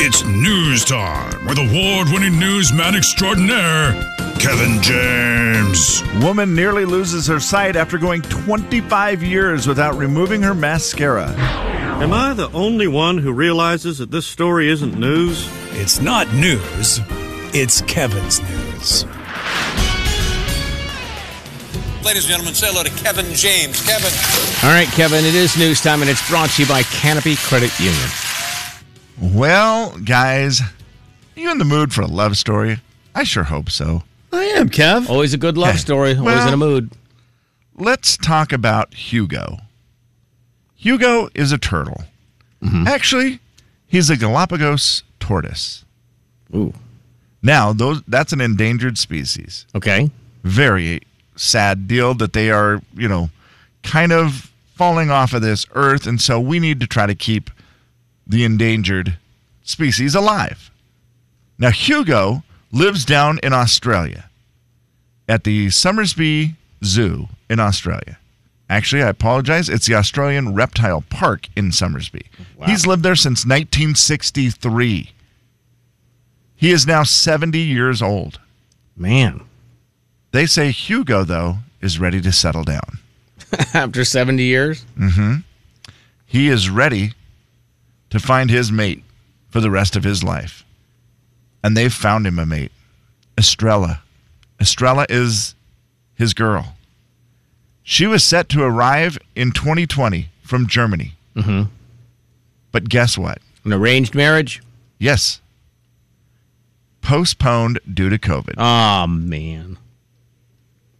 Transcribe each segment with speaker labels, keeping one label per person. Speaker 1: It's news time with award winning newsman extraordinaire, Kevin James.
Speaker 2: Woman nearly loses her sight after going 25 years without removing her mascara.
Speaker 3: Am I the only one who realizes that this story isn't news?
Speaker 4: It's not news, it's Kevin's news.
Speaker 5: Ladies and gentlemen, say hello to Kevin James. Kevin.
Speaker 6: All right, Kevin, it is news time, and it's brought to you by Canopy Credit Union.
Speaker 2: Well, guys, you in the mood for a love story? I sure hope so.
Speaker 7: I am, Kev.
Speaker 6: Always a good love story, always
Speaker 2: Well-
Speaker 6: in a mood.
Speaker 2: Let's talk about Hugo. Hugo is a turtle. Actually, he's a Galapagos tortoise.
Speaker 6: Ooh.
Speaker 2: Now, those that's an endangered species.
Speaker 6: Okay.
Speaker 2: very sad deal that they are, you know, kind of falling off of this earth. And so we need to try to keep the endangered species alive. Now, Hugo lives down in Australia at the Summersby Zoo in Australia. Actually, I apologize. It's the Australian Reptile Park in Summersby. He's lived there since 1963. He is now 70 years old.
Speaker 6: Man.
Speaker 2: They say Hugo, though, is ready to settle down.
Speaker 6: After 70 years?
Speaker 2: He is ready to find his mate for the rest of his life. And they've found him a mate Estrella. Estrella is his girl. She was set to arrive in 2020 from Germany. Mm-hmm. But guess what?
Speaker 6: An arranged marriage?
Speaker 2: Yes. Postponed due to COVID.
Speaker 6: Oh, man.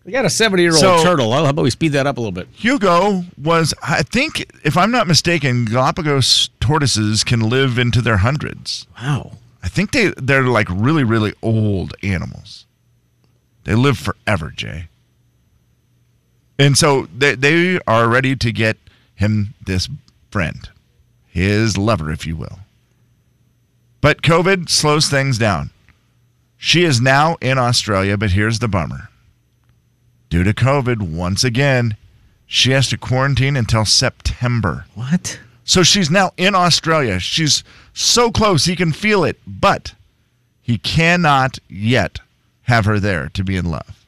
Speaker 6: We got a 70 year old
Speaker 2: So-
Speaker 6: turtle. How about we speed that up a little bit?
Speaker 2: Hugo was, I think, if I'm not mistaken, Galapagos tortoises can live into their hundreds.
Speaker 6: Wow.
Speaker 2: I think they they're like really really old animals. They live forever, Jay. And so they they are ready to get him this friend, his lover, if you will. But COVID slows things down. She is now in Australia, but here's the bummer. Due to COVID, once again, she has to quarantine until September.
Speaker 6: What?
Speaker 2: So she's now in Australia. She's so close, he can feel it, but he cannot yet have her there to be in love.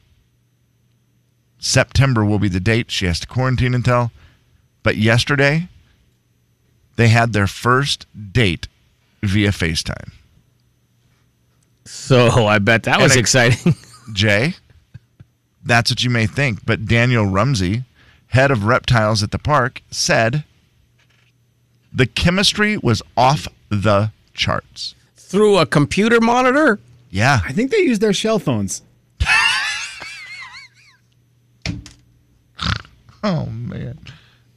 Speaker 2: September will be the date she has to quarantine until. But yesterday, they had their first date via FaceTime.
Speaker 6: So I bet that
Speaker 2: And
Speaker 6: was
Speaker 2: I-
Speaker 6: exciting.
Speaker 2: Jay, that's what you may think, but Daniel Rumsey, head of reptiles at the park, said the chemistry was off the charts.
Speaker 6: Through a computer monitor?
Speaker 2: Yeah.
Speaker 7: I think they use their shell phones.
Speaker 2: Oh man.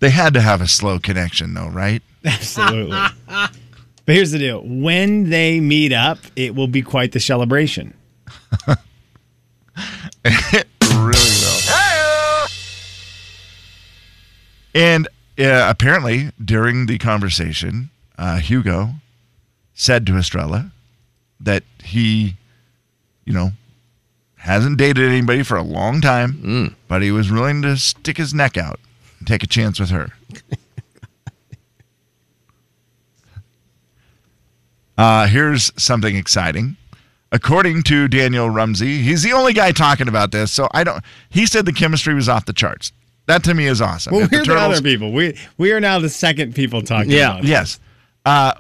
Speaker 2: They had to have a slow connection though, right?
Speaker 7: Absolutely. but here's the deal when they meet up, it will be quite the celebration.
Speaker 2: really well. And uh, apparently, during the conversation, uh, Hugo said to Estrella that he, you know, hasn't dated anybody for a long time,
Speaker 7: Mm.
Speaker 2: but he was willing to stick his neck out and take a chance with her. uh, here's something exciting according to Daniel Rumsey, he's the only guy talking about this. So I don't. He said the chemistry was off the charts. That to me is awesome.
Speaker 7: Well,
Speaker 2: If the
Speaker 7: we're the,
Speaker 2: Turtles-
Speaker 7: other people. We we are now the second people talking
Speaker 6: Yeah.
Speaker 7: about it.
Speaker 2: Yes. Uh,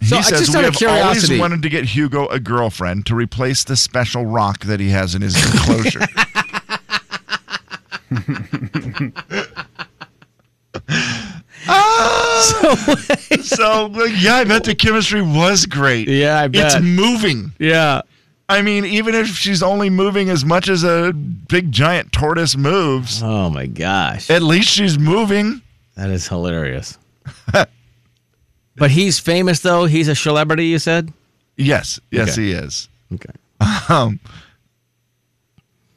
Speaker 2: he
Speaker 6: So, uh,
Speaker 2: says
Speaker 6: just
Speaker 2: we
Speaker 6: out of
Speaker 2: have
Speaker 6: curiosity-
Speaker 2: always wanted to get Hugo a girlfriend to replace the special rock that he has in his enclosure. Ah! so, like, yeah, I bet the chemistry was great.
Speaker 6: Yeah, I
Speaker 2: It's
Speaker 6: bet.
Speaker 2: moving.
Speaker 6: Yeah.
Speaker 2: I mean, even if she's only moving as much as a big giant tortoise moves,
Speaker 6: Oh, my gosh.
Speaker 2: at least she's moving.
Speaker 6: That is hilarious. but he's famous, though. He's a celebrity, you said?
Speaker 2: Yes, yes,
Speaker 6: Okay.
Speaker 2: he is.
Speaker 6: Okay.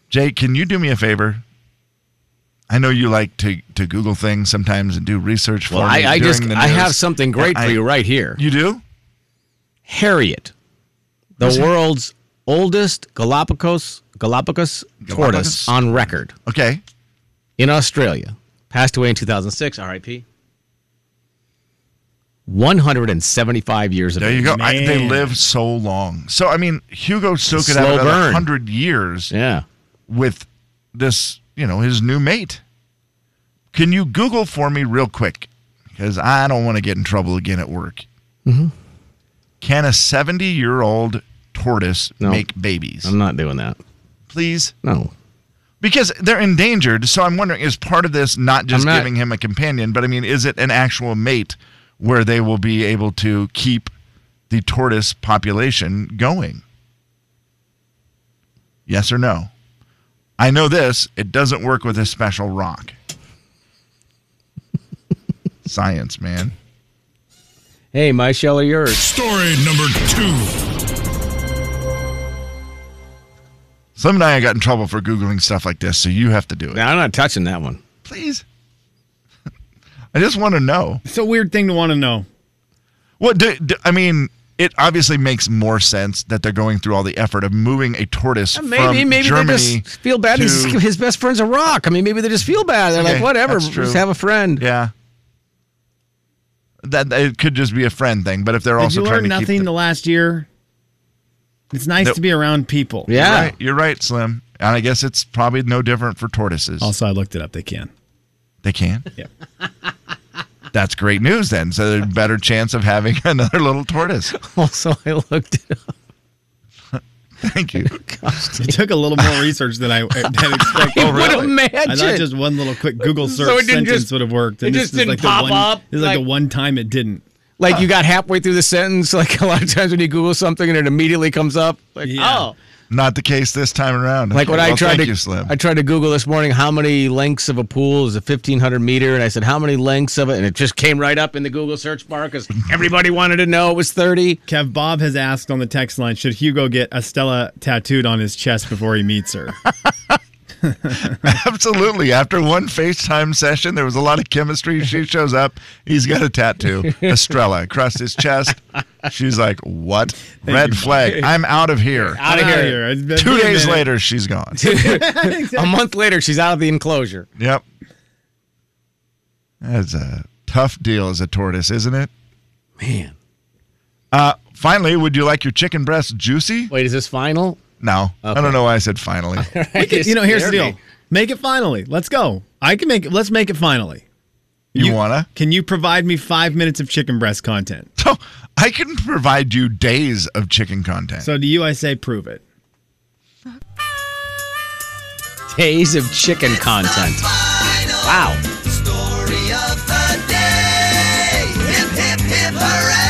Speaker 2: Jake, can you do me a favor? I know you like to, to Google things sometimes and do research for
Speaker 6: Well,
Speaker 2: me.
Speaker 6: I, I
Speaker 2: during
Speaker 6: just
Speaker 2: the
Speaker 6: I
Speaker 2: news.
Speaker 6: have something great
Speaker 2: I-
Speaker 6: for you right here.
Speaker 2: You do?
Speaker 6: Harriet, the world's oldest Galapagos
Speaker 2: Galapagos?
Speaker 6: Galapagos tortoise on record
Speaker 2: Okay.
Speaker 6: in Australia, passed away in 2006. R.I.P. 175 years of
Speaker 2: There
Speaker 6: age.
Speaker 2: you go. I, they
Speaker 7: Man.
Speaker 2: live so long. So I mean, Hugo still could have
Speaker 6: Slow
Speaker 2: another
Speaker 6: burn.
Speaker 2: hundred years
Speaker 6: Yeah.
Speaker 2: with this, you know, his new mate. Can you Google for me real quick? Because I don't want to get in trouble again at work.
Speaker 6: Mm-hmm.
Speaker 2: Can a seventy-year-old tortoise
Speaker 6: No.
Speaker 2: make babies?
Speaker 6: I'm not doing that.
Speaker 2: Please,
Speaker 6: No.
Speaker 2: because they're endangered. So I'm wondering, is part of this not just
Speaker 6: I'm not-
Speaker 2: giving him a companion, but I mean, is it an actual mate where they will be able to keep the tortoise population going? Yes or no? I know this. It doesn't work with a special rock. Science, man.
Speaker 6: Hey, my shell or yours?
Speaker 1: Story number two.
Speaker 2: Slim and I got in trouble for Googling stuff like this, so you have to do it.
Speaker 6: Nah, I'm not touching that one.
Speaker 2: Please. I just want to know.
Speaker 7: It's a weird thing to want to know.
Speaker 2: What do, do- I mean? It obviously makes more sense that they're going through all the effort of moving a tortoise
Speaker 6: Uh, Maybe
Speaker 2: from
Speaker 6: maybe
Speaker 2: Germany.
Speaker 6: they just feel bad.
Speaker 2: to-
Speaker 6: His, his best friend's a rock. I mean, maybe they just feel bad. They're
Speaker 2: Okay,
Speaker 6: like, whatever,
Speaker 2: that's true.
Speaker 6: just have a friend.
Speaker 2: yeah. That it could just be a friend thing, but if they're
Speaker 7: Did
Speaker 2: also
Speaker 7: you
Speaker 2: trying
Speaker 7: learn
Speaker 2: to keep
Speaker 7: nothing
Speaker 2: the-
Speaker 7: the last year? It's nice
Speaker 2: Nope.
Speaker 7: to be around people.
Speaker 6: Yeah.
Speaker 2: Right, you're right, Slim. And I guess it's probably no different for tortoises.
Speaker 7: Also, I looked it up. They can.
Speaker 2: They can.
Speaker 7: Yep.
Speaker 2: That's great news then. So there's a better chance of having another little tortoise.
Speaker 6: Also, I looked it up.
Speaker 2: Thank you.
Speaker 7: It took a little more research than I than expected.
Speaker 6: I would imagine.
Speaker 7: I thought just one little quick Google
Speaker 6: So
Speaker 7: search
Speaker 6: it didn't
Speaker 7: sentence
Speaker 6: just-
Speaker 7: would have worked.
Speaker 6: it
Speaker 7: this
Speaker 6: just
Speaker 7: is
Speaker 6: didn't
Speaker 7: like the
Speaker 6: pop
Speaker 7: one,
Speaker 6: up,
Speaker 7: It's like,
Speaker 6: like-
Speaker 7: the one time it didn't.
Speaker 6: like you got halfway through the sentence. Like a lot of times when you Google something and it immediately comes up. Like,
Speaker 7: Yeah.
Speaker 6: oh.
Speaker 2: Not the case this time around.
Speaker 6: Like
Speaker 2: Okay,
Speaker 6: when I
Speaker 2: well,
Speaker 6: tried
Speaker 2: thank
Speaker 6: to,
Speaker 2: you, Slim.
Speaker 6: I tried to Google this morning how many lengths of a pool is a fifteen hundred meter, and I said how many lengths of it, and it just came right up in the Google search bar because everybody wanted to know it was thirty.
Speaker 7: Kev Bob has asked on the text line, should Hugo get Estella tattooed on his chest before he meets her?
Speaker 2: Absolutely. After one FaceTime session, there was a lot of chemistry. She shows up. He's got a tattoo, Estrella, across his chest. She's like, What? Red flag. I'm out of here.
Speaker 6: Out of
Speaker 7: Outta
Speaker 6: here.
Speaker 7: It's been-
Speaker 2: Two
Speaker 7: wait a
Speaker 2: days
Speaker 7: minute.
Speaker 2: later, she's gone.
Speaker 6: A month later, she's out of the enclosure.
Speaker 2: Yep. That's a tough deal as a tortoise, isn't it?
Speaker 6: Man,
Speaker 2: Finally, would you like your chicken breast juicy?
Speaker 6: wait, is this final?
Speaker 2: No. I don't know why I said finally.
Speaker 6: Make
Speaker 7: You know, here's the deal. Make it finally. Let's go. I can make it. Let's make it finally.
Speaker 2: You wanna?
Speaker 7: Can you provide me five minutes of chicken breast content?
Speaker 2: So I can provide you days of chicken content.
Speaker 7: So to you, I say prove it.
Speaker 6: Days of chicken content. Wow.
Speaker 8: Story of the day. Hip, hip, hip, hooray.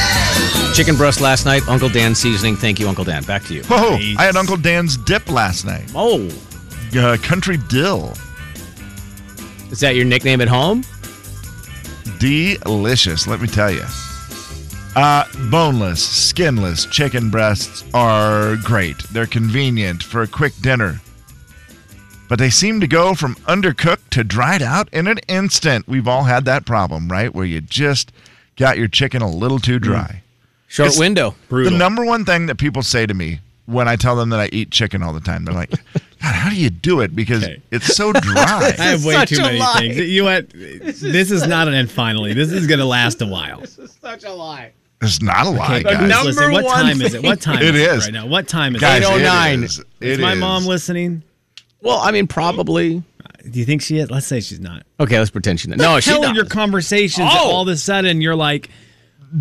Speaker 6: Chicken breast last night. Uncle Dan seasoning. Thank you, Uncle Dan. Back to you.
Speaker 2: Whoa, I had Uncle Dan's dip last night.
Speaker 6: Oh,
Speaker 2: Uh, country dill.
Speaker 6: is that your nickname at home?
Speaker 2: delicious, let me tell you. Uh, boneless, skinless chicken breasts are great. They're convenient for a quick dinner. But they seem to go from undercooked to dried out in an instant. We've all had that problem, right? Where you just got your chicken a little too dry.
Speaker 6: Short
Speaker 2: It's-
Speaker 6: window.
Speaker 2: The number one thing that people say to me when I tell them that I eat chicken all the time, they're like, God, how do you do it? Because
Speaker 7: Okay.
Speaker 2: it's so dry.
Speaker 7: I have way
Speaker 6: such
Speaker 7: too
Speaker 6: a
Speaker 7: many
Speaker 6: lie.
Speaker 7: things. You know what? This is not an end finally. This is going to last a while.
Speaker 6: Such a lie.
Speaker 2: It's not a lie,
Speaker 7: guys,
Speaker 2: guys.
Speaker 6: number
Speaker 7: listen, what
Speaker 6: one
Speaker 7: time is it? What time
Speaker 2: It
Speaker 7: is it
Speaker 2: is.
Speaker 7: right now? What time is
Speaker 2: Guys,
Speaker 7: it?
Speaker 2: it
Speaker 6: 809.
Speaker 2: is.
Speaker 7: Is
Speaker 2: It
Speaker 7: oh my
Speaker 2: is.
Speaker 7: mom listening?
Speaker 6: Well, I mean, probably.
Speaker 7: Do you think she is? Let's say she's not.
Speaker 6: Okay, let's pretend she. No, she
Speaker 7: Hell,
Speaker 6: not.
Speaker 7: your conversations.
Speaker 6: Oh.
Speaker 7: All of a sudden, you're like,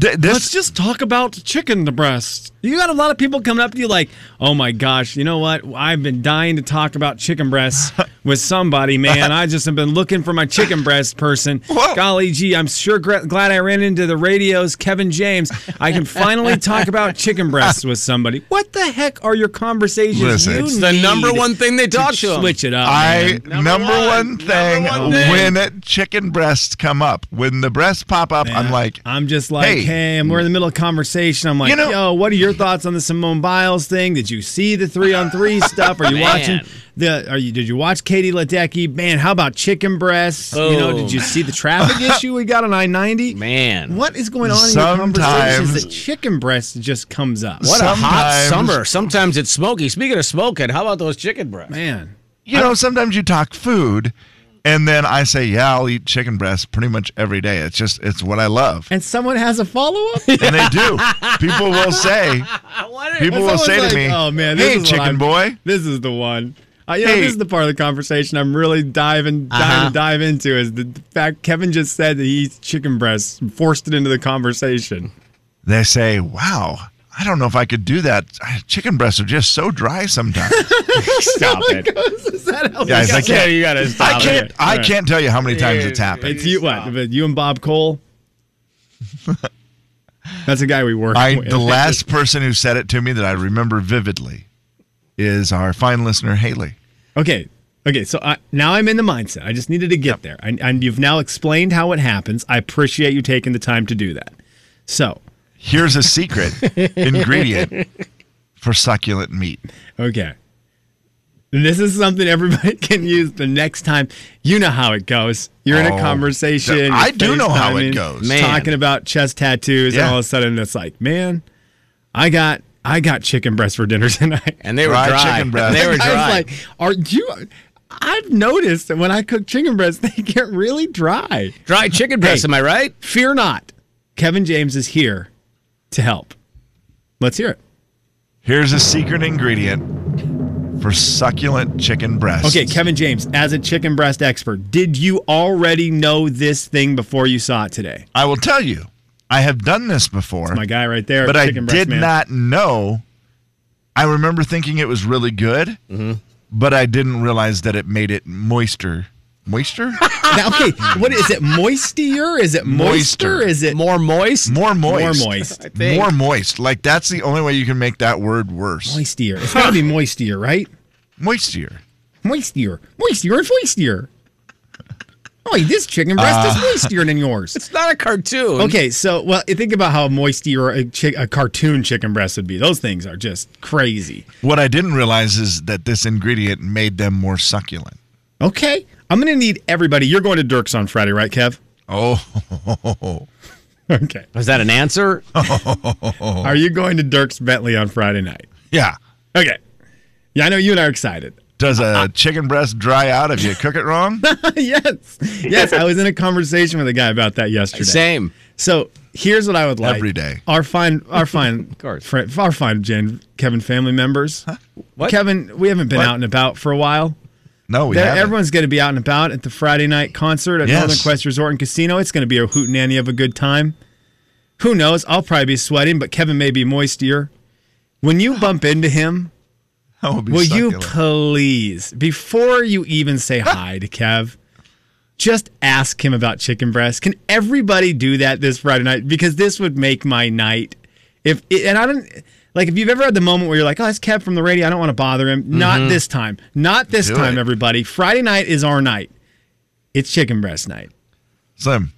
Speaker 2: Th- this,
Speaker 7: let's just talk about chicken breast. You got a lot of people coming up to you like, oh my gosh, you know what? I've been dying to talk about chicken breasts with somebody, man. I just have been looking for my chicken breast person.
Speaker 2: Whoa.
Speaker 7: Golly gee, I'm sure gr- glad I ran into the radio's Kevin James. I can finally talk about chicken breasts with somebody. What the heck are your conversations?
Speaker 2: Listen.
Speaker 7: you
Speaker 2: It's
Speaker 6: the
Speaker 7: need
Speaker 6: number one thing they talk to 'em.
Speaker 7: Switch it up.
Speaker 2: I
Speaker 7: man.
Speaker 2: number,
Speaker 6: one,
Speaker 2: one,
Speaker 6: number
Speaker 2: thing
Speaker 6: one thing.
Speaker 2: when chicken breasts come up, when the breasts pop up, I'm like,
Speaker 7: I'm just like,
Speaker 2: hey.
Speaker 7: hey, and we're in the middle of conversation. I'm like,
Speaker 2: You know-
Speaker 7: yo, what are your thoughts on the Simone Biles thing? Did you see the three on three stuff? Are you watching the? Are you? Did you watch Katie Ledecky? Man, how about chicken breasts? You know,
Speaker 2: Oh.
Speaker 6: Boom.
Speaker 7: did you see the traffic issue we got on I ninety?
Speaker 6: Man.
Speaker 7: What is going on in your
Speaker 2: Sometimes-
Speaker 7: conversations that chicken breast just comes up?
Speaker 6: What a hot
Speaker 2: Sometimes-
Speaker 6: summer. Sometimes it's smoky. Speaking of smoking, how about those chicken breasts?
Speaker 7: man?
Speaker 2: you know, sometimes you talk food, And then I say, yeah, I'll eat chicken breast pretty much every day. It's just, it's what I love.
Speaker 9: And someone has a follow up?
Speaker 2: And they do. People will say, people will say
Speaker 7: Someone's
Speaker 2: to
Speaker 7: like,
Speaker 2: me,
Speaker 7: "Oh man, this
Speaker 2: hey,
Speaker 7: is what
Speaker 2: chicken
Speaker 7: I'm-
Speaker 2: boy.
Speaker 7: This is the one. Uh, yeah,
Speaker 2: Hey.
Speaker 7: this is the part of the conversation I'm really diving, diving,
Speaker 6: Uh-huh.
Speaker 7: dive into is the fact Kevin just said that he eats chicken breasts, and forced it into the conversation.
Speaker 2: They say, wow, I don't know if I could do that. Chicken breasts are just so dry sometimes.
Speaker 6: Stop it.
Speaker 7: Is that how
Speaker 2: Guys, I
Speaker 6: Yeah,
Speaker 2: can't.
Speaker 6: you gotta stop
Speaker 2: I can't.
Speaker 6: it.
Speaker 2: I can't tell you how many times it's happened.
Speaker 7: It's you. What? But you and Bob Cole. That's a guy we work
Speaker 2: I
Speaker 7: with.
Speaker 2: the last person who said it to me that I remember vividly is our fine listener Haley.
Speaker 7: Okay. Okay. So I, now I'm in the mindset. I just needed to get there. And, and you've now explained how it happens. I appreciate you taking the time to do that. So,
Speaker 2: Here's a secret ingredient for succulent meat.
Speaker 7: okay. And this is something everybody can use the next time. You know how it goes. You're in
Speaker 2: Oh,
Speaker 7: a conversation. you're
Speaker 2: I do know how it
Speaker 7: FaceTiming,
Speaker 2: goes.
Speaker 6: Man.
Speaker 7: Talking about chest tattoos,
Speaker 2: Yeah.
Speaker 7: and all of a sudden it's like, man, I got I got chicken breast for dinner tonight.
Speaker 6: And they were
Speaker 2: Dry
Speaker 6: dry.
Speaker 2: chicken breast.
Speaker 6: They were
Speaker 7: I was
Speaker 6: dry.
Speaker 7: like, are you? I've noticed that when I cook chicken breasts, they get really dry.
Speaker 6: dry chicken breast.
Speaker 7: Hey.
Speaker 6: Am I right?
Speaker 7: Fear not. Kevin James is here to help. Let's hear it.
Speaker 2: Here's a secret ingredient for succulent chicken breasts.
Speaker 7: Okay, Kevin James, as a chicken breast expert, did you already know this thing before you saw it today?
Speaker 2: I will tell you. I have done this before.
Speaker 7: My guy right there.
Speaker 2: but I
Speaker 7: chicken breast
Speaker 2: did
Speaker 7: man.
Speaker 2: not know. I remember thinking it was really good,
Speaker 7: Mm-hmm.
Speaker 2: but I didn't realize that it made it moister. Moister?
Speaker 7: Now, okay, what is it? Moistier? Is it moister?
Speaker 2: Moister.
Speaker 7: Is it
Speaker 6: More moist.
Speaker 2: More moist.
Speaker 7: More moist.
Speaker 6: think.
Speaker 2: More moist. Like that's the only way you can make that word worse.
Speaker 7: Moistier. It's got to be moistier, right?
Speaker 2: Moistier.
Speaker 7: Moistier. Moistier and foistier. Oh, this chicken breast
Speaker 2: Ah.
Speaker 7: is moistier than yours.
Speaker 6: It's not a cartoon.
Speaker 7: Okay, so well, think about how moisty or a, chick, a cartoon chicken breast would be. Those things are just crazy.
Speaker 2: What I didn't realize is that this ingredient made them more succulent.
Speaker 7: Okay, I'm gonna need everybody. You're going to Dirk's on Friday, right, Kev?
Speaker 2: Oh,
Speaker 7: Okay.
Speaker 6: Is that an answer?
Speaker 7: Are you going to Dirk's Bentley on Friday night?
Speaker 2: yeah.
Speaker 7: Okay. Yeah, I know you and I are excited.
Speaker 2: Does a chicken breast dry out if you cook it wrong?
Speaker 7: yes, yes. I was in a conversation with a guy about that yesterday.
Speaker 6: Same.
Speaker 7: So here's what I would like
Speaker 2: Every day.
Speaker 7: Our fine, our fine, of
Speaker 6: course.
Speaker 7: our fine Jan, Kevin family members.
Speaker 6: What?
Speaker 7: Kevin, we haven't been
Speaker 2: What?
Speaker 7: out and about for a while.
Speaker 2: No, we
Speaker 7: There-
Speaker 2: haven't.
Speaker 7: everyone's going to be out and about at the Friday night concert at
Speaker 2: Yes.
Speaker 7: Northern Quest Resort and Casino. It's going to be a hootenanny of a good time. Who knows? I'll probably be sweating, but Kevin may be moistier. When you bump into him,
Speaker 2: That would be
Speaker 7: will you
Speaker 2: succulent.
Speaker 7: please, before you even say hi to Kev, just ask him about chicken breast? Can everybody do that this Friday night? Because this would make my night. If and I don't like if you've ever had the moment where you're like, oh, that's Kev from the radio. I don't want to bother him. Not this time. Not this
Speaker 2: Do
Speaker 7: time,
Speaker 2: it.
Speaker 7: everybody. Friday night is our night. It's chicken breast night
Speaker 2: Slim,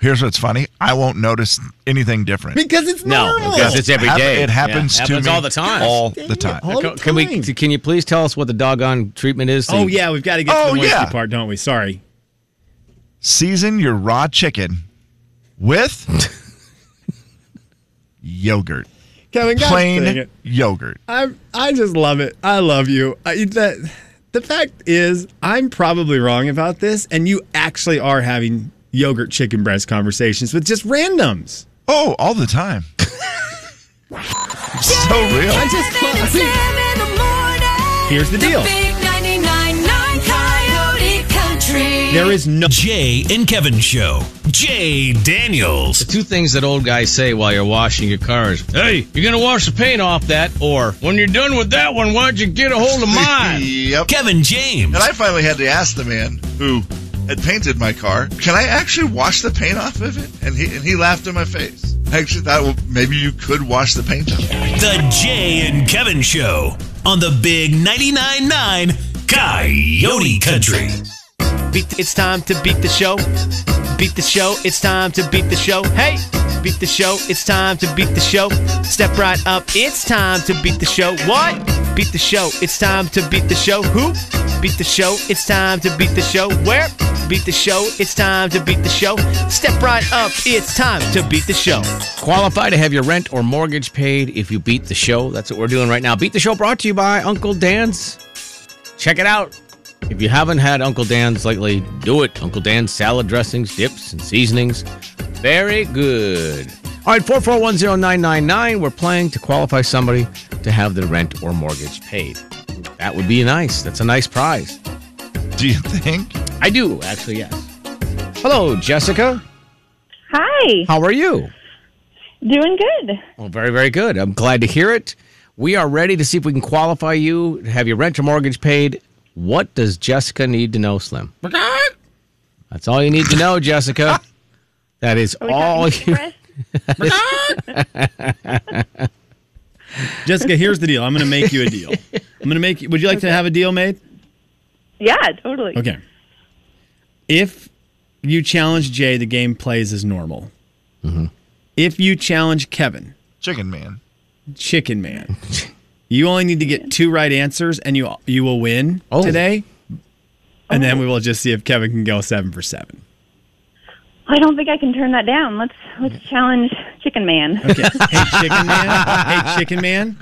Speaker 2: here's what's funny. I won't notice anything different.
Speaker 7: because it's
Speaker 6: No,
Speaker 7: normal.
Speaker 6: because it's every
Speaker 2: Hap-
Speaker 6: day.
Speaker 2: It happens
Speaker 6: Yeah,
Speaker 2: to
Speaker 6: happens
Speaker 2: me
Speaker 6: all the time.
Speaker 2: All the time.
Speaker 7: all
Speaker 6: Co-
Speaker 7: the
Speaker 6: Can we?
Speaker 7: time.
Speaker 6: Can you please tell us what the doggone treatment is? so
Speaker 7: Oh
Speaker 6: you-
Speaker 7: yeah, we've got to get
Speaker 2: Oh,
Speaker 7: to the moisty
Speaker 2: yeah.
Speaker 7: part, don't we? Sorry.
Speaker 2: Season your raw chicken with yogurt.
Speaker 7: Kevin, God dang
Speaker 2: Plain
Speaker 7: it.
Speaker 2: yogurt.
Speaker 7: I I just love it. I love you. I, that the fact is, I'm probably wrong about this, and you actually are having yogurt chicken breast conversations with just randoms.
Speaker 2: Oh, all the time. so real.
Speaker 7: Oh, I just love it. Here's the deal. There is no.
Speaker 4: Jay and Kevin Show. Jay Daniels.
Speaker 6: Two things that old guys say while you're washing your cars. Hey, you're gonna wash the paint off that, or when you're done with that one, why don't you get a hold of mine?
Speaker 2: Yep.
Speaker 4: Kevin James.
Speaker 2: And I finally had to ask the man who had painted my car, "Can I actually wash the paint off of it?" And he and he laughed in my face. I actually thought, well, maybe you could wash the paint off.
Speaker 4: The Jay and Kevin Show on the Big 99.9 9 Coyote Country.
Speaker 10: Beat the, it's time to beat the show. Beat the show. It's time to beat the show. Hey, beat the show. It's time to beat the show. Step right up. It's time to beat the show. What? Beat the show. It's time to beat the show. Who? Beat the show. It's time to beat the show. Where? Beat the show. It's time to beat the show. Step right up. It's time to beat the show.
Speaker 6: Qualify to have your rent or mortgage paid if you beat the show. That's what we're doing right now. Beat the show brought to you by Uncle Dan's. Check it out. If you haven't had Uncle Dan's lately, do it. Uncle Dan's salad dressings, dips, and seasonings. Very good. All right, 4410999. We're playing to qualify somebody to have their rent or mortgage paid. That would be nice. That's a nice prize.
Speaker 2: Do you think?
Speaker 6: I do, actually, yes. Hello, Jessica.
Speaker 9: Hi,
Speaker 6: How are you?
Speaker 9: doing good.
Speaker 6: Well, very, very good. I'm glad to hear it. We are ready to see if we can qualify you to have your rent or mortgage paid. What does Jessica need to know, Slim? That's all you need to know, Jessica. That is
Speaker 7: Oh,
Speaker 9: Are we talking
Speaker 6: all you.
Speaker 9: Express?
Speaker 7: Jessica, here's the deal. I'm going to make you a deal. I'm going to make you. Would you like to have a deal made?
Speaker 9: Yeah, totally.
Speaker 7: Okay. If you challenge Jay, the game plays as normal. If you challenge Kevin,
Speaker 2: Chicken man.
Speaker 7: Chicken Man, you only need to get two right answers, and you you will win
Speaker 6: Oh.
Speaker 7: today. And then we will just see if Kevin can go seven for seven.
Speaker 9: I don't think I can turn that down. Let's let's challenge Chicken Man.
Speaker 7: Okay. hey, Chicken Man. Hey, Chicken Man.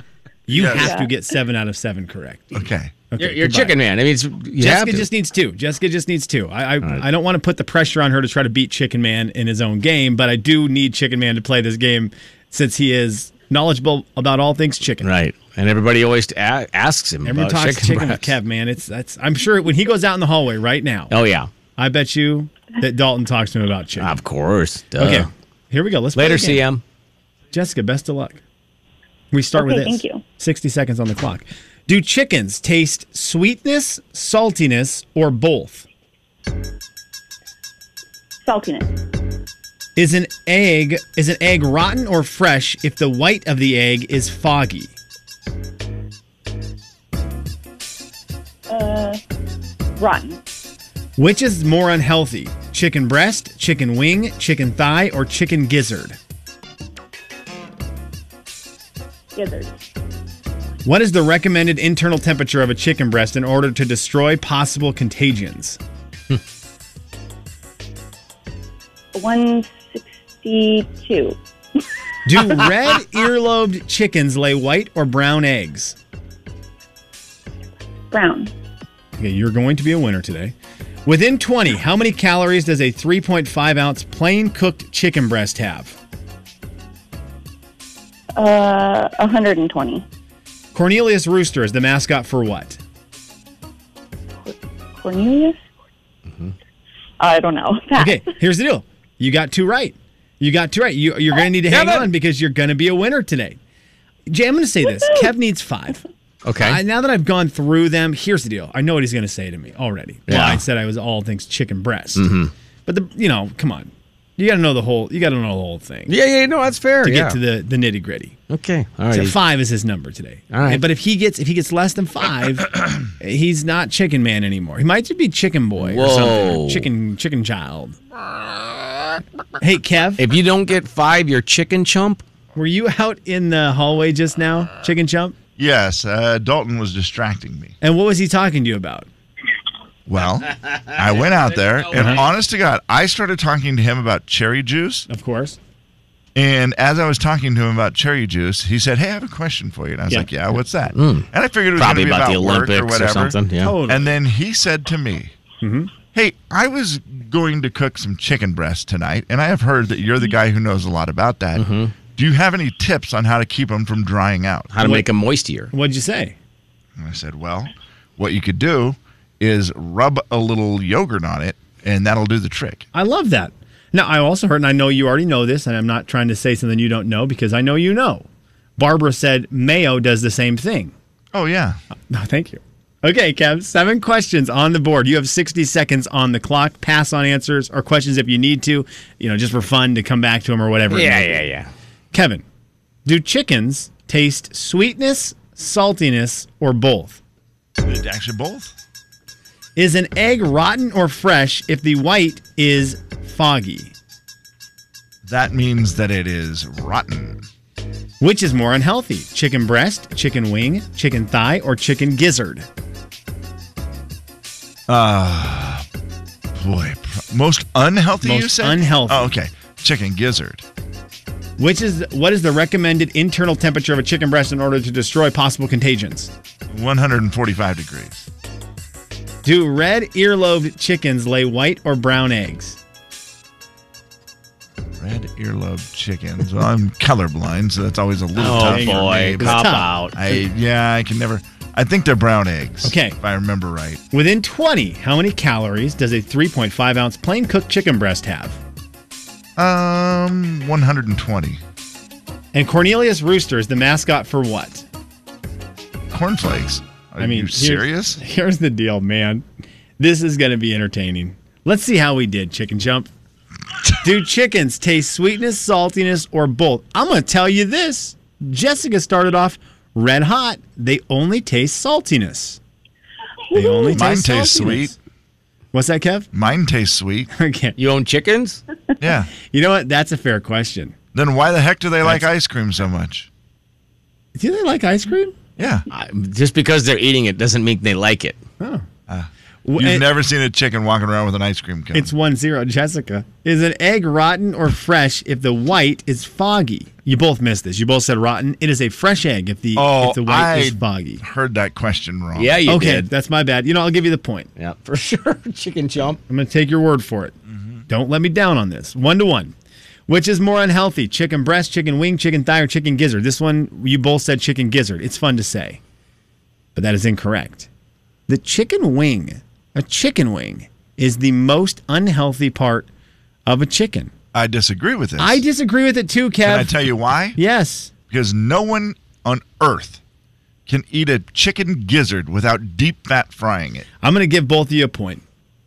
Speaker 7: You have to get seven out of seven correct.
Speaker 2: Okay.
Speaker 6: You're,
Speaker 7: Okay,
Speaker 6: you're
Speaker 7: goodbye.
Speaker 6: chicken man. I mean, it's, you have
Speaker 7: Jessica
Speaker 6: to.
Speaker 7: just needs two. Jessica just needs two. I I, I don't want to put the pressure on her to try to beat Chicken Man in his own game, but I do need Chicken Man to play this game since he is knowledgeable about all things chicken.
Speaker 6: right. And everybody always a- asks him
Speaker 7: Everyone
Speaker 6: about
Speaker 7: talks chicken, with
Speaker 6: breasts.
Speaker 7: Kev, man. It's that's I'm sure when he goes out in the hallway right now,
Speaker 6: Oh yeah,
Speaker 7: I bet you that Dalton talks to him about chicken.
Speaker 6: of course. Duh.
Speaker 7: okay, here we go. Let's play
Speaker 6: Ah, uh, Later,
Speaker 7: the game.
Speaker 6: CM.
Speaker 7: Jessica, best of luck. We start with
Speaker 9: Okay,
Speaker 7: this.
Speaker 9: thank you.
Speaker 7: 60 seconds on the clock. Do chickens taste sweetness, saltiness, or both?
Speaker 9: Saltiness.
Speaker 7: Is an egg is an egg rotten or fresh if the white of the egg is foggy?
Speaker 9: Rotten.
Speaker 7: Which is more unhealthy? Chicken breast, chicken wing, chicken thigh, or chicken gizzard?
Speaker 9: Gizzard.
Speaker 7: What is the recommended internal temperature of a chicken breast in order to destroy possible contagions?
Speaker 9: 162.
Speaker 7: Do red earlobed chickens lay white or brown eggs?
Speaker 9: Brown.
Speaker 7: Okay, you're going to be a winner today. Within 20, how many calories does a 3.5 ounce plain cooked chicken breast have?
Speaker 9: Uh, 120.
Speaker 7: Cornelius Rooster is the mascot for what?
Speaker 9: Cornelius? I don't know. Pass.
Speaker 7: Mm-hmm. Okay, here's the deal. You got two right. You got two right. You, you're going to need to hang on because you're going to be a winner today. Jay, I'm going to say this. Kev needs five.
Speaker 6: Okay.
Speaker 7: I, now that I've gone through them, here's the deal. I know what he's going to say to me already. Well,
Speaker 6: Yeah. Mm-hmm.
Speaker 7: I said I was all things chicken breast. But the you know, come on, you got to know the whole. You got to know the whole thing
Speaker 6: yeah, yeah. No, that's fair.
Speaker 7: to
Speaker 6: yeah.
Speaker 7: get to the the nitty gritty.
Speaker 6: okay. All
Speaker 7: So
Speaker 6: right.
Speaker 7: five is his number today.
Speaker 6: All right.
Speaker 7: And- But if he gets if he gets less than five, he's not Chicken Man anymore. He might just be Chicken Boy or something.
Speaker 6: Whoa.
Speaker 7: or Chicken Chicken Child. Hey Kev,
Speaker 6: If you don't get five, you're chicken chump.
Speaker 7: were you out in the hallway just now, Chicken Chump?
Speaker 2: Yes, uh, Dalton was distracting me.
Speaker 7: And what was he talking to you about?
Speaker 2: Well, I went out there, and honest to God, I started talking to him about cherry juice.
Speaker 7: Of course.
Speaker 2: And as I was talking to him about cherry juice, he said, "Hey, I have a question for you." And I was
Speaker 7: Yeah.
Speaker 2: like, "Yeah, what's that?" And I figured it was
Speaker 6: Mm.
Speaker 2: gonna be
Speaker 6: Probably about,
Speaker 2: about,
Speaker 6: the
Speaker 2: work
Speaker 6: Olympics
Speaker 2: or whatever.
Speaker 6: something. Yeah.
Speaker 7: Totally. Mm-hmm.
Speaker 2: And then he said to me, "Hey, I was going to cook some chicken breast tonight, and I have heard that
Speaker 7: Mm-hmm.
Speaker 2: you're the guy who knows a lot about that.
Speaker 6: Mm-hmm.
Speaker 2: Do you have any tips on how to keep them from drying out?"
Speaker 6: How to make them moistier.
Speaker 7: What'd you say?
Speaker 2: And I said, "Well, what you could do is rub a little yogurt on it, and that'll do the trick."
Speaker 7: I love that. Now, I also heard, and I know you already know this, and I'm not trying to say something you don't know because I know you know. Barbara said mayo does the same thing.
Speaker 2: Oh yeah,
Speaker 7: No, thank you. Okay, Kev, seven questions on the board. You have 60 seconds on the clock. Pass on answers or questions if you need to, you know, just for fun to come back to them or whatever. it may be.
Speaker 6: yeah.
Speaker 7: Kevin, do chickens taste sweetness, saltiness, or both?
Speaker 2: actually both.
Speaker 7: Is an egg rotten or fresh if the white is foggy?
Speaker 2: That means that it is rotten.
Speaker 7: Which is more unhealthy, chicken breast, chicken wing, chicken thigh, or chicken gizzard?
Speaker 2: Boy, pr- most unhealthy. you
Speaker 7: Most
Speaker 2: said
Speaker 7: unhealthy.
Speaker 2: Oh, okay. Chicken gizzard.
Speaker 7: Which is what is the recommended internal temperature of a chicken breast in order to destroy possible contagions?
Speaker 2: 145 degrees.
Speaker 7: Do red earlobed chickens lay white or brown eggs?
Speaker 2: Red earlobe chickens. Well, I'm colorblind, so that's always a little
Speaker 6: Oh,
Speaker 2: tough. for
Speaker 6: boy.
Speaker 2: me, but
Speaker 6: Cop
Speaker 7: tough.
Speaker 6: out.
Speaker 2: I yeah, I can never. I think they're brown eggs.
Speaker 7: Okay.
Speaker 2: if I remember right.
Speaker 7: Within 20, how many calories does a 3.5 ounce plain cooked chicken breast have?
Speaker 2: Um, 120
Speaker 7: And Cornelius Rooster is the mascot for what?
Speaker 2: cornflakes. Are
Speaker 7: I mean,
Speaker 2: you
Speaker 7: here's-
Speaker 2: serious?
Speaker 7: Here's the deal, man. This is going to be entertaining. Let's see how we did, Chicken Jump. Do chickens taste sweetness, saltiness, or both? I'm going to tell you this. Jessica started off red hot. They only taste saltiness. They only
Speaker 2: Mine
Speaker 7: taste
Speaker 2: tastes
Speaker 7: saltiness.
Speaker 2: sweet.
Speaker 7: What's that, Kev?
Speaker 2: Mine tastes sweet.
Speaker 7: Okay.
Speaker 6: You own chickens?
Speaker 2: Yeah.
Speaker 7: You know what? That's a fair question.
Speaker 2: then why the heck do they like ice cream so much?
Speaker 7: Do they like ice cream?
Speaker 2: Yeah.
Speaker 6: I, just because they're eating it doesn't mean they like it.
Speaker 7: Wh-
Speaker 2: You've
Speaker 7: it-
Speaker 2: never seen a chicken walking around with an ice cream cone.
Speaker 7: It's one zero. Jessica. Is an egg rotten or fresh if the white is foggy? You both missed this. You both said rotten. It is a fresh egg if the
Speaker 2: oh,
Speaker 7: if the white
Speaker 2: I
Speaker 7: is foggy.
Speaker 2: heard that question wrong.
Speaker 6: Yeah, you
Speaker 7: okay,
Speaker 6: did.
Speaker 7: that's my bad. You know, I'll give you the point.
Speaker 6: Yeah, for sure. Chicken jump.
Speaker 7: I'm going to take your word for it. Don't let me down on this. One to one. Which is more unhealthy, chicken breast, chicken wing, chicken thigh, or chicken gizzard? This one, you both said chicken gizzard. It's fun to say, but that is incorrect. The chicken wing, a chicken wing, is the most unhealthy part of a chicken.
Speaker 2: I disagree with this.
Speaker 7: I disagree with it too, Kev.
Speaker 2: Can I tell you why?
Speaker 7: yes.
Speaker 2: Because no one on earth can eat a chicken gizzard without deep fat frying it.
Speaker 7: I'm going to give both of you a point.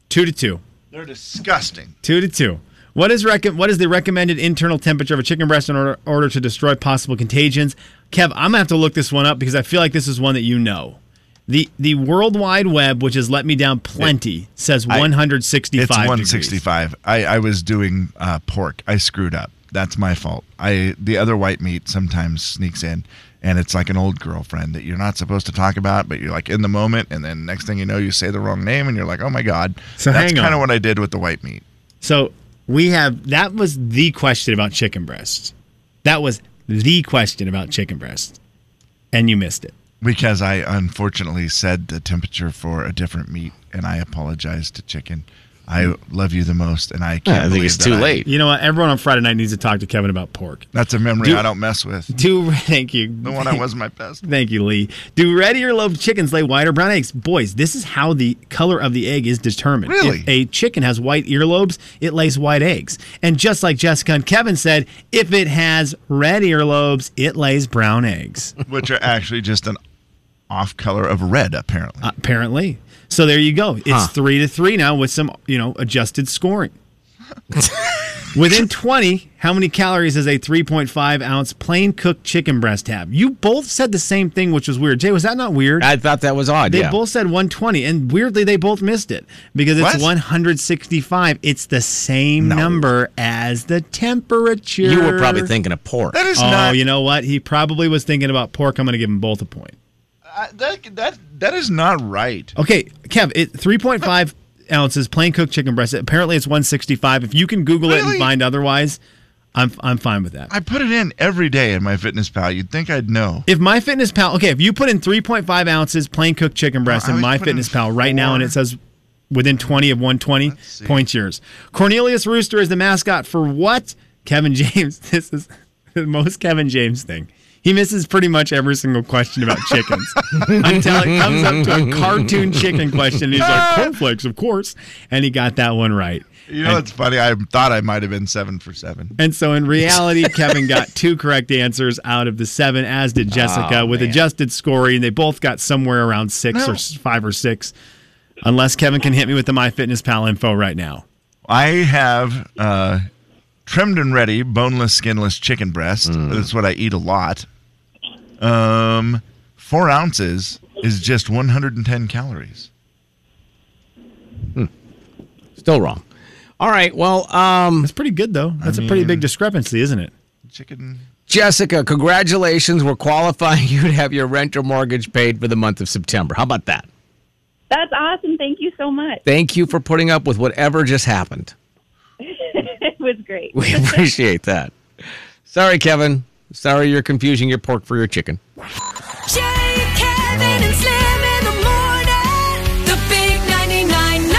Speaker 7: Two to two.
Speaker 2: They're disgusting.
Speaker 7: Two to two. What is rec- What is the recommended internal temperature of a chicken breast in order, order to destroy possible contagions? Kev, I'm gonna have to look this one up because I feel like this is one that you know. The the World Wide Web, which has let me down plenty, says 165.
Speaker 2: It's
Speaker 7: degrees.
Speaker 2: 165. I, I was doing uh, pork. I screwed up. That's my fault. I the other white meat sometimes sneaks in, and it's like an old girlfriend that you're not supposed to talk about, but you're like in the moment, and then next thing you know, you say the wrong name, and you're like, oh my god.
Speaker 7: So
Speaker 2: that's
Speaker 7: hang on.
Speaker 2: kind of what I did with the white meat.
Speaker 7: So we have that was the question about chicken breasts. That was the question about chicken breasts, and you missed it.
Speaker 2: Because I unfortunately said the temperature for a different meat, and I apologize to chicken. I love you the most, and I can't.
Speaker 6: I think
Speaker 2: believe
Speaker 6: it's
Speaker 2: that
Speaker 6: too
Speaker 2: I-
Speaker 6: late.
Speaker 7: You know what? Everyone on Friday night needs to talk to Kevin about pork.
Speaker 2: That's a memory
Speaker 7: Do-
Speaker 2: I don't mess with.
Speaker 7: Do thank you.
Speaker 2: The one I was my best.
Speaker 7: Thank you, Lee. Do red earlobe chickens lay white or brown eggs? Boys, this is how the color of the egg is determined.
Speaker 2: Really?
Speaker 7: If a chicken has white earlobes, it lays white eggs. And just like Jessica and Kevin said, if it has red earlobes, it lays brown eggs.
Speaker 2: which are actually just an off color of red, apparently.
Speaker 7: Apparently. So there you go. It's three to three now with some, you know, adjusted scoring. Within 20, how many calories does a 3.5 ounce plain cooked chicken breast have? You both said the same thing, which was weird. Jay, was that not weird?
Speaker 6: I thought that was odd.
Speaker 7: They
Speaker 6: yeah.
Speaker 7: both said 120, and weirdly, they both missed it because it's
Speaker 2: What?
Speaker 7: 165. It's the same
Speaker 2: No.
Speaker 7: number as the temperature.
Speaker 6: you were probably thinking of pork.
Speaker 2: that is
Speaker 7: Oh,
Speaker 2: not.
Speaker 7: you know what? He probably was thinking about pork. I'm going to give him both a point.
Speaker 2: I- that, that that is not right.
Speaker 7: Okay, Kev, it 3.5 ounces plain cooked chicken breast. Apparently, it's 165. If you can Google it
Speaker 2: Really?
Speaker 7: and find otherwise, I'm I'm fine with that.
Speaker 2: I put it in every day in my Fitness Pal. You'd think I'd know.
Speaker 7: If my fitness pal, okay, if you put in 3.5 ounces plain cooked chicken breast
Speaker 2: I
Speaker 7: in
Speaker 2: would
Speaker 7: my
Speaker 2: put in
Speaker 7: fitness pal right now and
Speaker 2: four.
Speaker 7: it says within 20 of 120,
Speaker 2: see.
Speaker 7: points yours. Cornelius Rooster is the mascot for what? Kevin James. This is the most Kevin James thing. He misses pretty much every single question about chickens until it comes up to a cartoon chicken question. And he's like, cornflakes, of course. And he got that one right.
Speaker 2: You know, it's funny. I thought I might have been seven for seven.
Speaker 7: And so in reality, Kevin got two correct answers out of the seven, as did Jessica,
Speaker 6: Oh,
Speaker 7: with adjusted scoring. They both got somewhere around six
Speaker 2: No.
Speaker 7: or s- five or six, unless Kevin can hit me with the MyFitnessPal info right now.
Speaker 2: I have uh, trimmed and ready boneless, skinless chicken breast. That's what I eat a lot. Um, four ounces is just 110 calories.
Speaker 6: Still wrong. All right. Well, um,
Speaker 7: That's pretty good, though. That's a pretty big discrepancy, isn't it?
Speaker 2: Chicken.
Speaker 6: Jessica, congratulations. We're qualifying you to have your rent or mortgage paid for the month of September. How about that?
Speaker 9: That's awesome. Thank you so much.
Speaker 6: Thank you for putting up with whatever just happened.
Speaker 9: It was great.
Speaker 6: We appreciate that. Sorry, Kevin. Sorry you're confusing your pork for your chicken.
Speaker 11: Jay, Kevin, and Slim in the morning. The big 999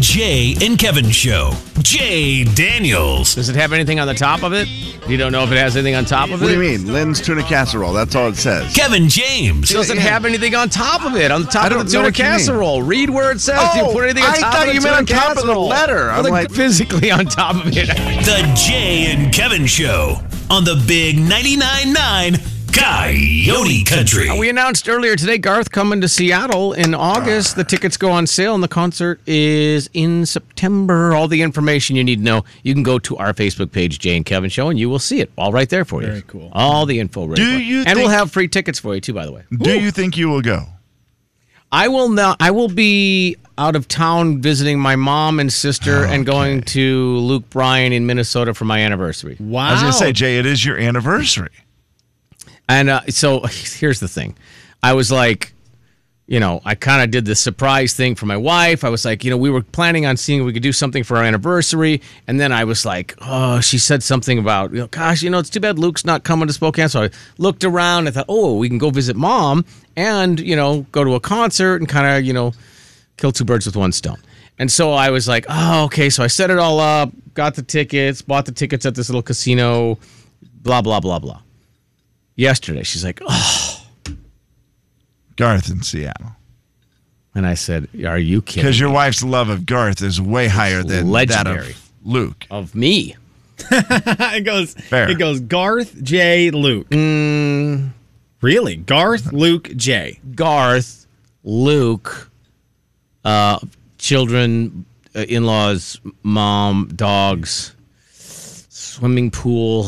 Speaker 4: Jay and Kevin Show. Jay Daniels.
Speaker 6: Does it have anything on the top of it? You don't know if it has anything on top of
Speaker 2: What do
Speaker 6: it?
Speaker 2: you mean? Lynn's tuna casserole. That's all it says.
Speaker 4: Kevin James.
Speaker 6: Does it have anything on top of it? On the top
Speaker 2: don't
Speaker 6: of the
Speaker 2: know
Speaker 6: tuna
Speaker 2: what you mean.
Speaker 6: casserole. Read where it says. Do you
Speaker 2: Oh,
Speaker 6: put anything on
Speaker 2: I
Speaker 6: top
Speaker 2: thought
Speaker 6: of the
Speaker 2: you meant
Speaker 6: tuna
Speaker 2: on top of the
Speaker 6: casserole?
Speaker 2: letter.
Speaker 6: Well,
Speaker 2: I'm
Speaker 6: like,
Speaker 2: like-
Speaker 6: physically on top of it.
Speaker 4: The Jay and Kevin Show on the Big 99.9 9 Coyote Country.
Speaker 6: We announced earlier today Garth coming to Seattle in August. The tickets go on sale and the concert is in September. All the information you need to know, you can go to our Facebook page, Jay and Kevin Show, and you will see it all right there for you.
Speaker 7: Very cool.
Speaker 6: All the info. Right
Speaker 2: Do
Speaker 6: there.
Speaker 2: you
Speaker 6: And
Speaker 2: think-
Speaker 6: we'll have free tickets for you too, by the way.
Speaker 2: Do you think you will go?
Speaker 6: I will not. I will be out of town visiting my mom and sister, and going to Luke Bryan in Minnesota for my anniversary.
Speaker 7: Wow.
Speaker 2: I was going to say, Jay, it is your anniversary.
Speaker 6: And uh, so here's the thing. I was like, you know, I kind of did the surprise thing for my wife. I was like, you know, we were planning on seeing if we could do something for our anniversary. And then I was like, oh, she said something about, you know, gosh, you know, it's too bad Luke's not coming to Spokane. So I looked around and thought, oh, we can go visit mom and, you know, go to a concert and kind of, you know, kill two birds with one stone. And so I was like, oh, okay. So I set it all up, got the tickets, bought the tickets at this little casino, blah, blah, blah, blah. Yesterday, she's like, oh,
Speaker 2: Garth in Seattle.
Speaker 6: And I said, "Are you kidding?"
Speaker 2: Because your wife's love of Garth is way higher than that
Speaker 6: legendary.
Speaker 2: of Luke.
Speaker 6: Of me?
Speaker 7: it goes.
Speaker 2: Fair.
Speaker 7: It goes. Garth, Jay, Luke.
Speaker 6: Mm.
Speaker 7: Really, Garth, Luke, Jay.
Speaker 6: Garth, Luke, uh, children, uh, in-laws, mom, dogs, swimming pool,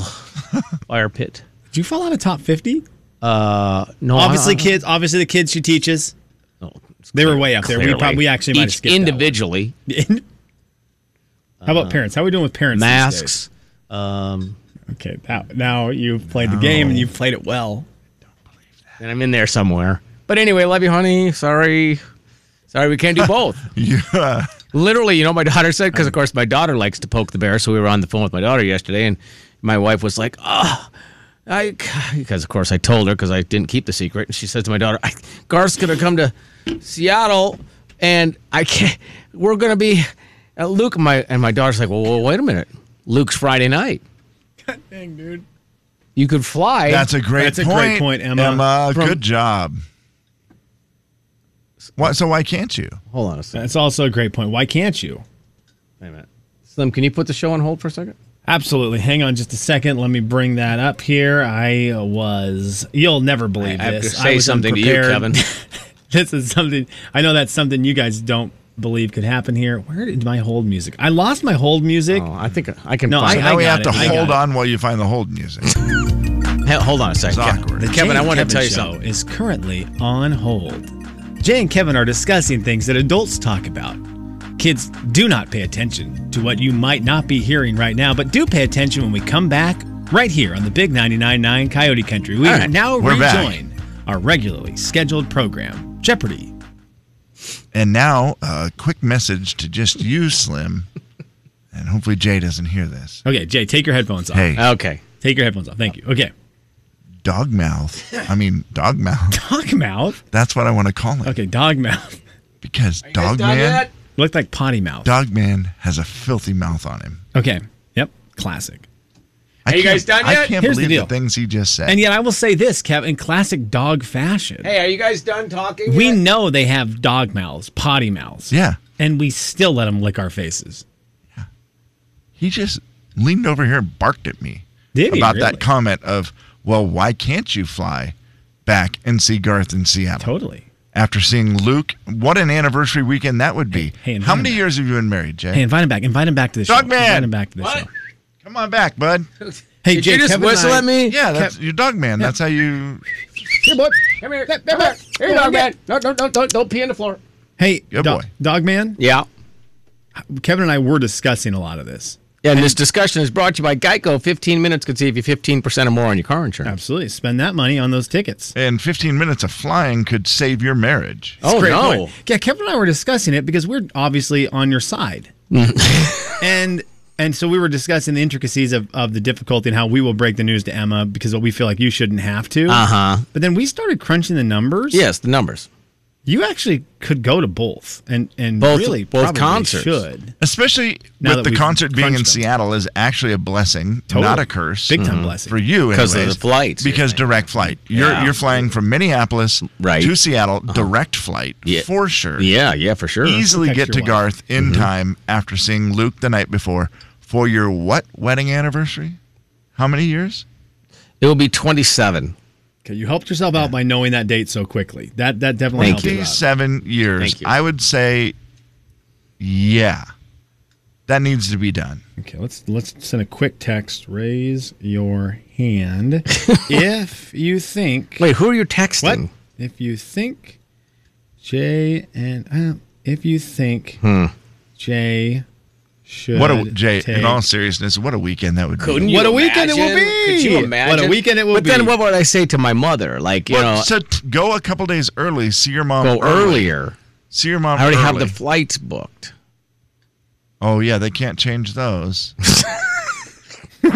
Speaker 6: fire pit.
Speaker 7: Did you fall out of top fifty?
Speaker 6: No, I-
Speaker 7: Obviously,
Speaker 6: I-
Speaker 7: kids. Obviously, the kids she teaches.
Speaker 6: no, it's
Speaker 7: They were
Speaker 6: clear-
Speaker 7: way up there. We
Speaker 6: clearly.
Speaker 7: prob- we actually might have
Speaker 6: Each
Speaker 7: skipped that one.
Speaker 6: individually
Speaker 7: How about parents? How are we doing with parents? these days?
Speaker 6: masks. Um,
Speaker 7: Okay, now, now you've played the game and you've played it well.
Speaker 6: and I'm in there somewhere. But anyway, love you, honey. Sorry, sorry, we can't do both.
Speaker 2: Yeah.
Speaker 6: Literally, you know, my daughter said because of course my daughter likes to poke the bear. So we were on the phone with my daughter yesterday, and my wife was like, "Oh, I," because of course I told her because I didn't keep the secret. And she said to my daughter, I, "Garth's gonna come to Seattle, and I can't. We're gonna be at Luke." and My and my daughter's like, "Well, well, wait a minute. Luke's Friday night.
Speaker 7: Dang, dude.
Speaker 6: You could fly."
Speaker 2: That's a great
Speaker 7: That's a
Speaker 2: point.
Speaker 7: great point, Emma.
Speaker 6: From-
Speaker 2: good job. Why, so why can't you?
Speaker 6: hold on a second.
Speaker 7: That's also a great point. Why can't you?
Speaker 6: Wait a minute. Slim, can you put the show on hold for a second?
Speaker 7: Absolutely. Hang on just a second. Let me bring that up here. I was. You'll never believe
Speaker 6: I have to
Speaker 7: this.
Speaker 6: say
Speaker 7: was
Speaker 6: something to you,
Speaker 7: unprepared.
Speaker 6: Kevin.
Speaker 7: this is something. I know that's something you guys don't believe could happen here. Where did my hold music? I lost my hold music.
Speaker 6: Oh, I think I can.
Speaker 7: No,
Speaker 6: find
Speaker 7: I
Speaker 2: Now we
Speaker 7: got
Speaker 2: have
Speaker 7: it,
Speaker 2: to
Speaker 7: I got
Speaker 2: hold
Speaker 7: it.
Speaker 2: on while you find the hold music.
Speaker 6: Hey, hold on a second. Kevin.
Speaker 2: awkward.
Speaker 6: Kevin,
Speaker 7: Jay
Speaker 6: I
Speaker 7: and
Speaker 6: want to
Speaker 7: Kevin
Speaker 6: tell you
Speaker 7: show
Speaker 6: something.
Speaker 7: Is currently on hold. Jay and Kevin are discussing things that adults talk about. Kids, do not pay attention to what you might not be hearing right now, but do pay attention when we come back right here on the Big 99.9 Coyote Country. We
Speaker 6: All right,
Speaker 7: now
Speaker 2: we're back.
Speaker 7: rejoin our regularly scheduled program, Jeopardy.
Speaker 2: and now a quick message to just you, Slim. And hopefully Jay doesn't hear this.
Speaker 7: Okay, Jay, take your headphones off.
Speaker 2: Hey,
Speaker 6: Okay.
Speaker 7: Take your headphones off. Thank you. Okay.
Speaker 2: dog mouth. I mean, dog mouth.
Speaker 7: Dog mouth.
Speaker 2: That's what I want to call it.
Speaker 7: Okay, dog mouth.
Speaker 2: Because dog man,
Speaker 7: Looked like potty mouth.
Speaker 2: dog man has a filthy mouth on him.
Speaker 7: Okay. Yep. Classic.
Speaker 2: I
Speaker 6: Are you
Speaker 2: can't-
Speaker 6: guys done
Speaker 2: I
Speaker 6: yet?
Speaker 2: can't
Speaker 7: Here's the
Speaker 2: believe the,
Speaker 7: deal.
Speaker 2: things he just said.
Speaker 7: And yet I will say this, Kev, in classic dog fashion.
Speaker 6: Hey, are you guys done talking?
Speaker 7: We
Speaker 6: yet?
Speaker 7: know they have dog mouths, potty mouths.
Speaker 2: yeah.
Speaker 7: And we still let them lick our faces.
Speaker 2: He just leaned over here and barked at me
Speaker 7: Did he
Speaker 2: about
Speaker 7: really?
Speaker 2: that comment of, well, why can't you fly back and see Garth in Seattle?
Speaker 7: Totally.
Speaker 2: After seeing Luke, what an anniversary weekend that would be.
Speaker 7: hey, invite
Speaker 2: How
Speaker 7: him
Speaker 2: many
Speaker 7: back.
Speaker 2: years have you been married, Jay?
Speaker 7: Hey, invite him back. Invite him back to the show.
Speaker 2: Dog man!
Speaker 7: Invite him back to the
Speaker 6: What?
Speaker 7: show.
Speaker 2: Come on back, bud.
Speaker 7: Hey,
Speaker 6: Did
Speaker 7: Jay,
Speaker 6: you just
Speaker 7: Kevin and
Speaker 6: whistle
Speaker 7: I-
Speaker 6: at me?
Speaker 2: Yeah, that's your dog man. That's how you
Speaker 6: Here, boy. Come here. Come here. Here, you dog man. No, no, no, don't, don't pee on the floor.
Speaker 7: Hey,
Speaker 2: Good
Speaker 7: dog,
Speaker 2: boy.
Speaker 7: dog man.
Speaker 6: Yeah.
Speaker 7: Kevin and I were discussing a lot of this.
Speaker 6: And this discussion is brought to you by Geico. 15 minutes could save you 15% or more on your car insurance.
Speaker 7: Absolutely. Spend that money on those tickets.
Speaker 2: and 15 minutes of flying could save your marriage.
Speaker 6: Oh,
Speaker 7: Great
Speaker 6: no.
Speaker 7: point. Yeah, Kevin and I were discussing it because we're obviously on your side. and and so we were discussing the intricacies of, of the difficulty and how we will break the news to Emma because we feel like you shouldn't have to.
Speaker 6: Uh huh.
Speaker 7: But then we started crunching the numbers.
Speaker 6: Yes, the numbers.
Speaker 7: You actually could go to both, and and
Speaker 2: Both-
Speaker 7: really
Speaker 2: both
Speaker 7: probably
Speaker 2: concerts.
Speaker 7: should.
Speaker 2: Especially
Speaker 7: Now
Speaker 2: with
Speaker 7: that
Speaker 2: the
Speaker 7: we've
Speaker 2: concert being in
Speaker 7: crunched them.
Speaker 2: Seattle is actually a blessing,
Speaker 7: Totally.
Speaker 2: not a curse.
Speaker 7: Big time blessing.
Speaker 2: Hmm. for you
Speaker 6: 'Cause of
Speaker 2: anyways.
Speaker 6: the flights,
Speaker 2: Because direct flight. You're
Speaker 6: Yeah.
Speaker 2: you're flying from Minneapolis
Speaker 6: Right. Uh-huh.
Speaker 2: to Seattle, direct flight
Speaker 6: Yeah.
Speaker 2: for sure.
Speaker 6: Yeah, Mm-hmm. yeah, for sure.
Speaker 2: Easily get
Speaker 7: Text
Speaker 2: to
Speaker 7: your wife.
Speaker 2: Garth in time after seeing Luke the night before for your what wedding anniversary? How many years?
Speaker 6: It will be 27.
Speaker 7: Okay, you helped yourself out by knowing that date so quickly. That that definitely
Speaker 6: Thank
Speaker 7: helped you. out.
Speaker 2: 57 years.
Speaker 6: Thank you.
Speaker 2: I would say yeah. That needs to be done.
Speaker 7: Okay, let's let's send a quick text. Raise your hand if you think
Speaker 6: Wait, who are you texting?
Speaker 7: what if you think Jay and uh, if you think Jay should
Speaker 2: Hmm. What a Jay,
Speaker 7: take
Speaker 2: in all seriousness, what a weekend that would be.
Speaker 6: Couldn't you
Speaker 7: What a weekend it will
Speaker 6: imagine?
Speaker 7: be.
Speaker 6: Could you
Speaker 7: What a
Speaker 6: imagine?
Speaker 7: weekend it will
Speaker 6: But
Speaker 7: be.
Speaker 6: then what would I say to my mother? Like, you
Speaker 2: Well,
Speaker 6: know,
Speaker 2: so t- go a couple days early. See your mom.
Speaker 6: uh, go earlier.
Speaker 2: See your mom.
Speaker 6: I already
Speaker 2: early.
Speaker 6: have the flights booked.
Speaker 2: oh yeah, they can't change those.
Speaker 11: Jay,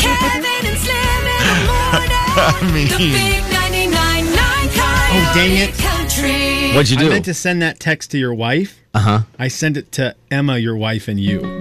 Speaker 11: Kevin, and Slim in the morning. The
Speaker 2: mean,
Speaker 11: big 99.9 Coyote
Speaker 7: Oh, dang it.
Speaker 11: Country.
Speaker 6: What'd you
Speaker 7: I
Speaker 6: do?
Speaker 2: Uh-huh.
Speaker 7: meant to send that text to your wife. Uh huh. I sent it to Emma, your wife, and you.